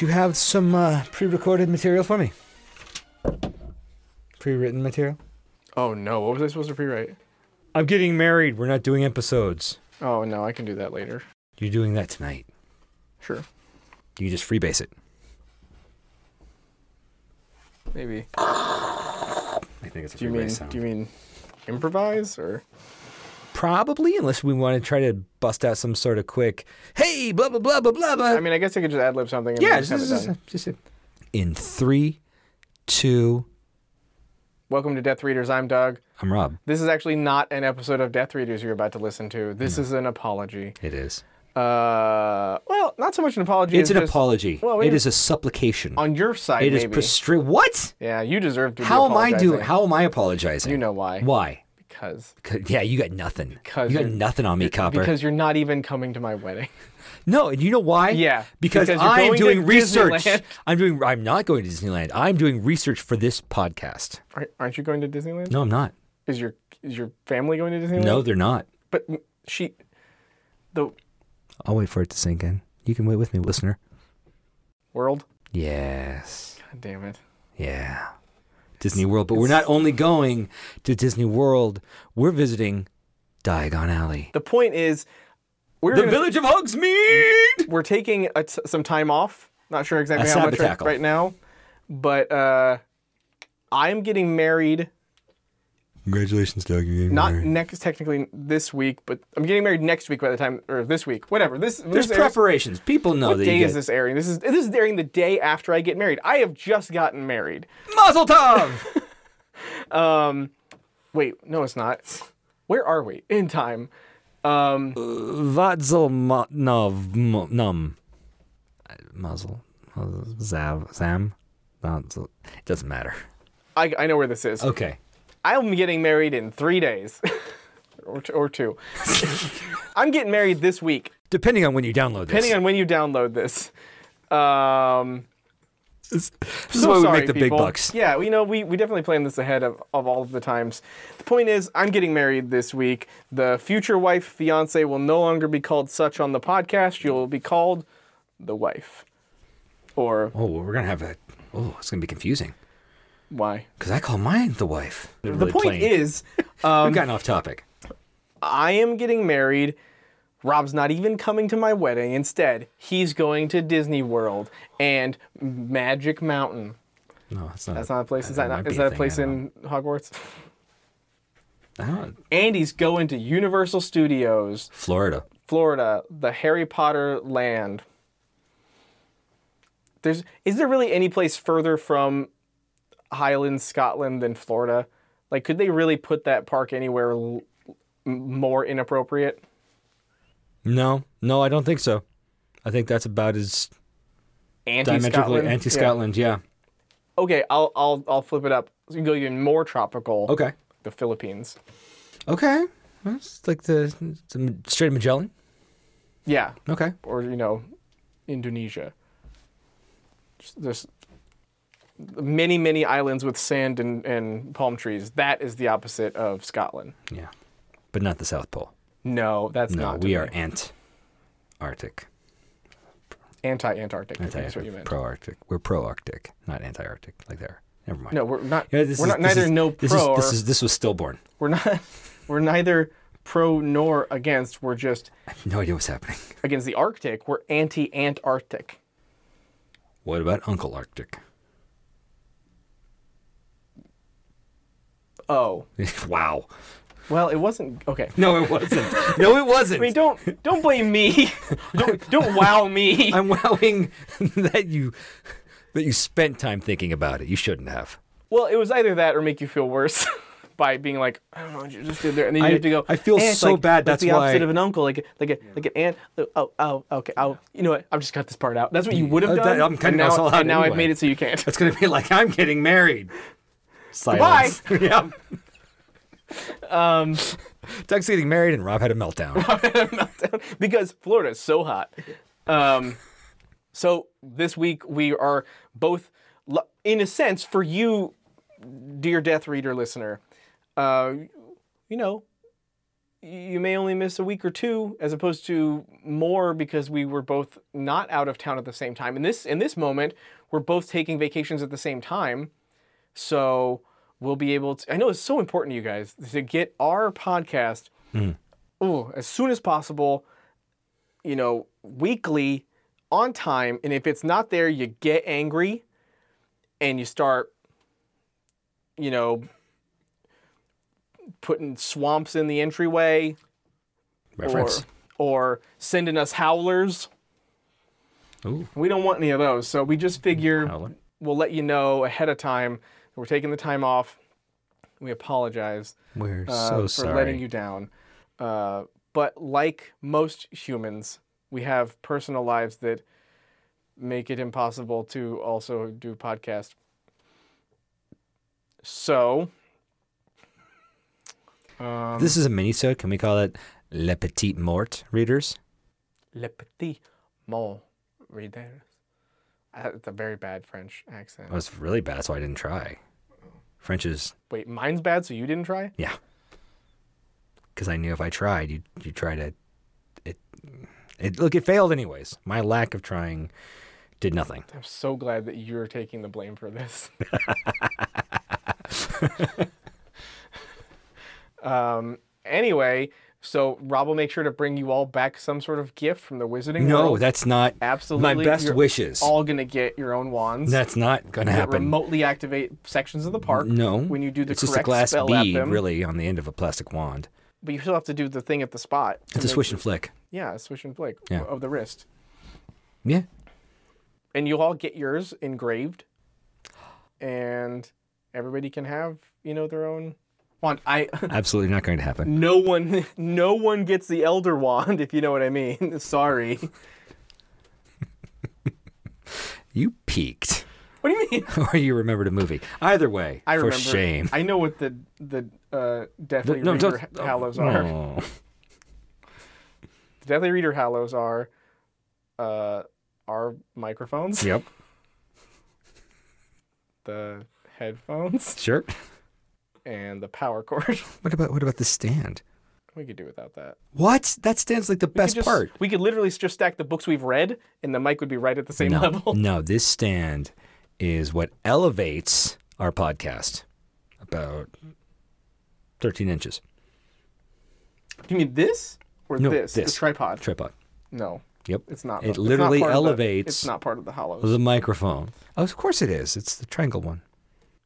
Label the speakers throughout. Speaker 1: you have some uh, pre-recorded material for me? Pre-written material?
Speaker 2: Oh no, what was I supposed to pre-write?
Speaker 1: I'm getting married. We're not doing episodes.
Speaker 2: Oh no, I can do that later.
Speaker 1: You're doing that tonight.
Speaker 2: Sure,
Speaker 1: You just freebase it.
Speaker 2: maybe.
Speaker 1: I think it's a
Speaker 2: Do you mean do you mean improvise or?
Speaker 1: Probably, unless we want to try to bust out some sort of quick, hey, blah blah blah blah blah blah.
Speaker 2: I mean, I guess I could just ad lib something. And
Speaker 1: yeah, just,
Speaker 2: just have it
Speaker 1: just,
Speaker 2: done.
Speaker 1: just it. in three, two.
Speaker 2: Welcome to Death Readers. I'm Doug.
Speaker 1: I'm Rob.
Speaker 2: This is actually not an episode of Death Readers you're about to listen to. This is an apology.
Speaker 1: It is.
Speaker 2: Uh, well, not so much an apology.
Speaker 1: It's
Speaker 2: as
Speaker 1: an
Speaker 2: just
Speaker 1: apology.
Speaker 2: Well, wait
Speaker 1: it
Speaker 2: a-
Speaker 1: is a supplication.
Speaker 2: on your side.
Speaker 1: It is
Speaker 2: maybe.
Speaker 1: prestri- What?
Speaker 2: yeah, you deserve to. be
Speaker 1: How am I doing?
Speaker 2: apologizing.
Speaker 1: How am I apologizing?
Speaker 2: You know why?
Speaker 1: why?
Speaker 2: Because
Speaker 1: 'Cause- Yeah, you got nothing.
Speaker 2: Because
Speaker 1: you got
Speaker 2: you're-
Speaker 1: nothing on me, copper.
Speaker 2: because you're not even coming to my wedding.
Speaker 1: no, and you know why?
Speaker 2: Yeah,
Speaker 1: because,
Speaker 2: because you're
Speaker 1: I'm
Speaker 2: going to
Speaker 1: doing research.
Speaker 2: Disneyland.
Speaker 1: I'm doing. I'm not going to Disneyland. I'm doing research for this podcast.
Speaker 2: Aren't- Aren't you going to Disneyland?
Speaker 1: No, I'm not.
Speaker 2: Is your is your family going to Disneyland?
Speaker 1: No, they're not.
Speaker 2: But m- she, the
Speaker 1: I'll wait for it to sink in. You can wait with me, listener.
Speaker 2: world.
Speaker 1: Yes.
Speaker 2: God damn it.
Speaker 1: Yeah. Disney World. But we're not only going to Disney World, we're visiting Diagon Alley.
Speaker 2: The point is, we're
Speaker 1: The
Speaker 2: gonna-
Speaker 1: village of Hogsmeade!
Speaker 2: we're taking a t- some time off. Not sure exactly
Speaker 1: A
Speaker 2: how much right,
Speaker 1: sabbatical.
Speaker 2: right now, but uh, I'm getting married.
Speaker 1: Congratulations, Doug. You're getting
Speaker 2: Not next, technically this week, but I'm getting married next week by the time, or this week, whatever. This
Speaker 1: There's
Speaker 2: this airs-
Speaker 1: preparations. People know
Speaker 2: What
Speaker 1: that
Speaker 2: day
Speaker 1: you
Speaker 2: is
Speaker 1: get...
Speaker 2: this airing? This is this is airing the day after I get married. I have just gotten married.
Speaker 1: Mazel tov!
Speaker 2: Um, wait, no, it's not. Where are we in time? Um,
Speaker 1: Vatzel ma- nov mo- num. Uh, Mazel. Mazel- Zav. Zam. Not- It doesn't matter.
Speaker 2: I, I know where this is.
Speaker 1: Okay.
Speaker 2: I'm getting married in three days, or t- or two. I'm getting married this week,
Speaker 1: Depending on when you download this.
Speaker 2: depending on when you download this. Um,
Speaker 1: This is
Speaker 2: so
Speaker 1: why we
Speaker 2: sorry,
Speaker 1: make the big
Speaker 2: people.
Speaker 1: bucks.
Speaker 2: Yeah, we know we, we definitely plan this ahead of, of all of the times. The point is, I'm getting married this week. The future wife, fiance, will no longer be called such on the podcast. You'll be called the wife. Or
Speaker 1: Oh, well, we're gonna have a. Oh, it's gonna be confusing
Speaker 2: why?
Speaker 1: because I call mine the wife. The
Speaker 2: the point is, um,
Speaker 1: we've gotten off topic.
Speaker 2: I am getting married. Rob's not even coming to my wedding. Instead, he's going to Disney World and Magic Mountain.
Speaker 1: No, it's not.
Speaker 2: That's not a place. Is that,
Speaker 1: might
Speaker 2: not,
Speaker 1: be
Speaker 2: is
Speaker 1: a
Speaker 2: that a
Speaker 1: thing,
Speaker 2: place
Speaker 1: I don't
Speaker 2: in Hogwarts?
Speaker 1: I don't-
Speaker 2: And he's going to Universal Studios,
Speaker 1: Florida.
Speaker 2: Florida, the Harry Potter land. There's is there really any place further from Highlands, Scotland than Florida? Like, could they really put that park anywhere l- m- more inappropriate?
Speaker 1: No, no, I don't think so. I think that's about as diametrically
Speaker 2: Anti-Scotland. Yeah.
Speaker 1: anti-Scotland. Yeah.
Speaker 2: Okay, I'll I'll I'll flip it up. So you can go even more tropical.
Speaker 1: Okay.
Speaker 2: The Philippines.
Speaker 1: Okay. That's like the, the Strait of Magellan.
Speaker 2: Yeah,
Speaker 1: Okay.
Speaker 2: or you know, Indonesia. Just- There's many many islands with sand and, and palm trees. That is the opposite of Scotland.
Speaker 1: Yeah, but not the South Pole.
Speaker 2: No, that's
Speaker 1: No,
Speaker 2: not.
Speaker 1: we are ant Arctic.
Speaker 2: anti-Antarctic. I think is what you
Speaker 1: Anti-Arctic.
Speaker 2: meant.
Speaker 1: Pro-Arctic. We're pro-Arctic, not anti-Arctic. Like there. Never mind.
Speaker 2: no, we're not.
Speaker 1: Yeah,
Speaker 2: we're
Speaker 1: this is-
Speaker 2: not
Speaker 1: this
Speaker 2: neither
Speaker 1: is-
Speaker 2: no
Speaker 1: this
Speaker 2: pro.
Speaker 1: Is, this
Speaker 2: or,
Speaker 1: is this was stillborn.
Speaker 2: We're not. We're neither pro nor against. We're just
Speaker 1: I have no idea what's happening.
Speaker 2: against the Arctic. We're anti-Antarctic.
Speaker 1: What about Uncle Arctic?
Speaker 2: Oh,
Speaker 1: wow.
Speaker 2: well, it wasn't. Okay.
Speaker 1: No, it wasn't. No, it wasn't.
Speaker 2: I mean, don't don't blame me. don't don't wow me.
Speaker 1: I'm wowing that you that you spent time thinking about it. You shouldn't have.
Speaker 2: Well, it was either that or make you feel worse by being like, I don't know what you just did there, and then you
Speaker 1: I-
Speaker 2: have to go.
Speaker 1: I feel
Speaker 2: "Eh, it's
Speaker 1: so
Speaker 2: like,
Speaker 1: bad,
Speaker 2: like
Speaker 1: that's
Speaker 2: the opposite
Speaker 1: why-
Speaker 2: of an uncle, like like a like an aunt. Oh oh okay. Oh, you know what? I've just cut this part out. That's what you would
Speaker 1: Uh,
Speaker 2: have
Speaker 1: that-
Speaker 2: done.
Speaker 1: I'm cutting
Speaker 2: and now,
Speaker 1: us all out
Speaker 2: and now I've
Speaker 1: anyway.
Speaker 2: made it so you can't.
Speaker 1: That's gonna be like I'm getting married. Silence. yeah.
Speaker 2: Um,
Speaker 1: Doug's getting married and Rob had a meltdown.
Speaker 2: because Florida is so hot. Um, so this week we are both, lu- in a sense, for you, dear Death Reader listener, uh, you know, you may only miss a week or two as opposed to more because we were both not out of town at the same time. In this in this moment, we're both taking vacations at the same time. So we'll be able to I know it's so important to you guys to get our podcast ooh, as soon as possible, you know, weekly on time and if it's not there, you get angry and you start you know putting swamps in the entryway
Speaker 1: Reference.
Speaker 2: or or sending us howlers.
Speaker 1: Ooh.
Speaker 2: We don't want any of those, so we just figure
Speaker 1: Howler.
Speaker 2: we'll let you know ahead of time. that We're taking the time off. We apologize
Speaker 1: We're
Speaker 2: uh,
Speaker 1: so
Speaker 2: for
Speaker 1: sorry.
Speaker 2: letting you down. Uh, but like most humans, we have personal lives that make it impossible to also do podcast. So um,
Speaker 1: this is a mini so can we call it Le Petit Mort readers?
Speaker 2: Le petit mot readers. Uh, It's a very bad French accent.
Speaker 1: That was really bad, so I didn't try. French is
Speaker 2: Wait, mine's bad, so you didn't try?
Speaker 1: yeah. Cause I knew if I tried, you you try to it it look it failed anyways. My lack of trying did nothing.
Speaker 2: I'm so glad that you're taking the blame for this. um, anyway, so Rob will make sure to bring you all back some sort of gift from the Wizarding
Speaker 1: No,
Speaker 2: World.
Speaker 1: that's not
Speaker 2: absolutely
Speaker 1: my best
Speaker 2: you're
Speaker 1: wishes.
Speaker 2: All gonna get your own wands.
Speaker 1: that's not gonna
Speaker 2: that
Speaker 1: happen.
Speaker 2: remotely activate sections of the park.
Speaker 1: no.
Speaker 2: when you do the
Speaker 1: it's
Speaker 2: correct
Speaker 1: just a glass
Speaker 2: spell
Speaker 1: bead
Speaker 2: at them,
Speaker 1: really on the end of a plastic wand.
Speaker 2: but you still have to do the thing at the spot. to
Speaker 1: It's a
Speaker 2: make-
Speaker 1: swish and flick.
Speaker 2: Yeah, a swish and flick
Speaker 1: Yeah.
Speaker 2: of the wrist,
Speaker 1: Yeah.
Speaker 2: and you'll all get yours engraved, and everybody can have you know their own wand. I
Speaker 1: Absolutely not going to happen.
Speaker 2: no one no one gets the elder wand if you know what i mean sorry
Speaker 1: You peaked.
Speaker 2: what do you mean
Speaker 1: or you remembered a movie. Either way,
Speaker 2: i
Speaker 1: for
Speaker 2: remember
Speaker 1: shame.
Speaker 2: i know what the the uh, deathly
Speaker 1: No,
Speaker 2: reader
Speaker 1: don't-
Speaker 2: ha- hallows are
Speaker 1: Oh.
Speaker 2: the deathly reader hallows are uh our microphones
Speaker 1: Yep.
Speaker 2: the headphones
Speaker 1: Sure.
Speaker 2: and the power cord
Speaker 1: What about what about the stand?
Speaker 2: we could do without that
Speaker 1: What? That stand's like the
Speaker 2: We could
Speaker 1: best
Speaker 2: just-
Speaker 1: part.
Speaker 2: we could literally just stack the books we've read and the mic would be right at the same
Speaker 1: No,
Speaker 2: level
Speaker 1: no, this stand is what elevates our podcast about 13 inches.
Speaker 2: do you mean this or
Speaker 1: No,
Speaker 2: this
Speaker 1: this.
Speaker 2: the tripod
Speaker 1: Tripod.
Speaker 2: no
Speaker 1: Yep.
Speaker 2: it's not
Speaker 1: It
Speaker 2: it's not
Speaker 1: literally
Speaker 2: part of the-
Speaker 1: elevates-
Speaker 2: it's not part of the hollows
Speaker 1: The microphone. Oh, of course it is. It's the triangle one.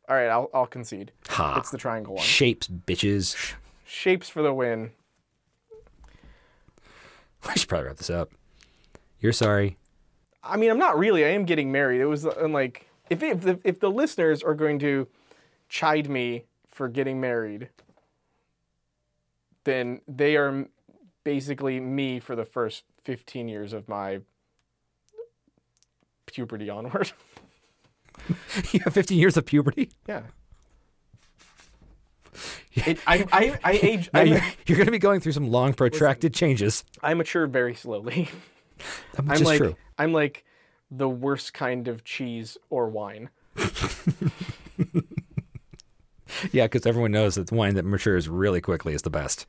Speaker 2: All right, I'll, I'll concede.
Speaker 1: Ha.
Speaker 2: It's the triangle one.
Speaker 1: Shapes, bitches.
Speaker 2: Shapes for the win.
Speaker 1: We should probably wrap this up. You're sorry.
Speaker 2: I mean, I'm not really. I am getting married. It was uh, and like if if the, if the listeners are going to chide me for getting married, then they are m- basically me for the first 15 years of my puberty onward.
Speaker 1: you have 15 years of puberty.
Speaker 2: yeah. It, I, I, I age.
Speaker 1: Now
Speaker 2: I,
Speaker 1: you're
Speaker 2: ma-
Speaker 1: you're going to be going through some long, protracted changes.
Speaker 2: I mature very slowly.
Speaker 1: Which
Speaker 2: I'm
Speaker 1: is
Speaker 2: like
Speaker 1: true.
Speaker 2: I'm like the worst kind of cheese or wine.
Speaker 1: Yeah, because everyone knows that the wine that matures really quickly is the best.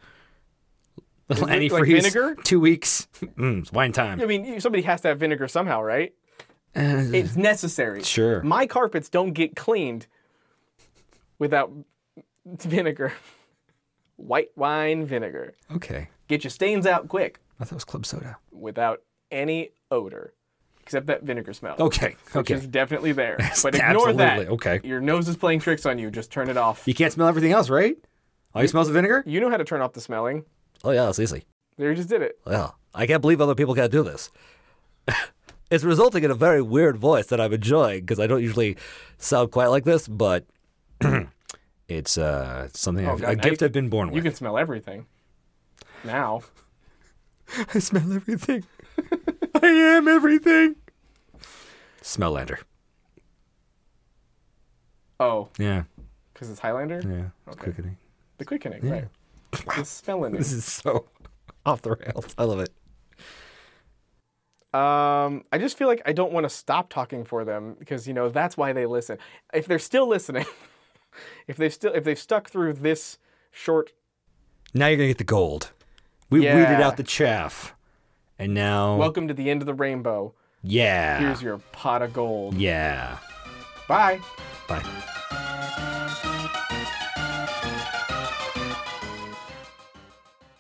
Speaker 2: it
Speaker 1: Antifreeze,
Speaker 2: like vinegar?
Speaker 1: two weeks, mm, it's wine time.
Speaker 2: I mean, you- somebody has to have vinegar somehow, right?
Speaker 1: Uh,
Speaker 2: It's necessary.
Speaker 1: Sure.
Speaker 2: My carpets don't get cleaned without vinegar. White wine vinegar.
Speaker 1: okay,
Speaker 2: Get your stains out quick
Speaker 1: I thought it was club soda.
Speaker 2: without any odor, except that vinegar smell.
Speaker 1: Okay,
Speaker 2: Which
Speaker 1: okay,
Speaker 2: is definitely there. But ignore
Speaker 1: absolutely.
Speaker 2: that.
Speaker 1: Okay,
Speaker 2: Your nose is playing tricks on you. Just turn it off.
Speaker 1: you can't smell everything else, right? All you smell is vinegar.
Speaker 2: You know how to turn off the smelling.
Speaker 1: Oh yeah, that's easy.
Speaker 2: There, you just did it.
Speaker 1: Well, I can't believe other people can't do this. it's resulting in a very weird voice that I'm enjoying because I don't usually sound quite like this, but it's uh, something I've,
Speaker 2: God,
Speaker 1: a
Speaker 2: now
Speaker 1: gift
Speaker 2: you-
Speaker 1: I've been born
Speaker 2: You
Speaker 1: with.
Speaker 2: can smell everything. Now.
Speaker 1: I smell everything. I am everything. Smellander.
Speaker 2: Oh,
Speaker 1: Yeah,
Speaker 2: because it's Highlander?
Speaker 1: yeah. It's quickening.
Speaker 2: The quickening, right. The spelling.
Speaker 1: This is so off the rails. I love it.
Speaker 2: Um, I just feel like I don't want to stop talking for them because you know that's why they listen. If they're still listening, if they still if they've stuck through this short,
Speaker 1: Now you're gonna get the gold. We
Speaker 2: Yeah.
Speaker 1: weeded out the chaff, and now
Speaker 2: Welcome to the end of the rainbow.
Speaker 1: yeah,
Speaker 2: Here's your pot of gold.
Speaker 1: yeah.
Speaker 2: Bye.
Speaker 1: Bye.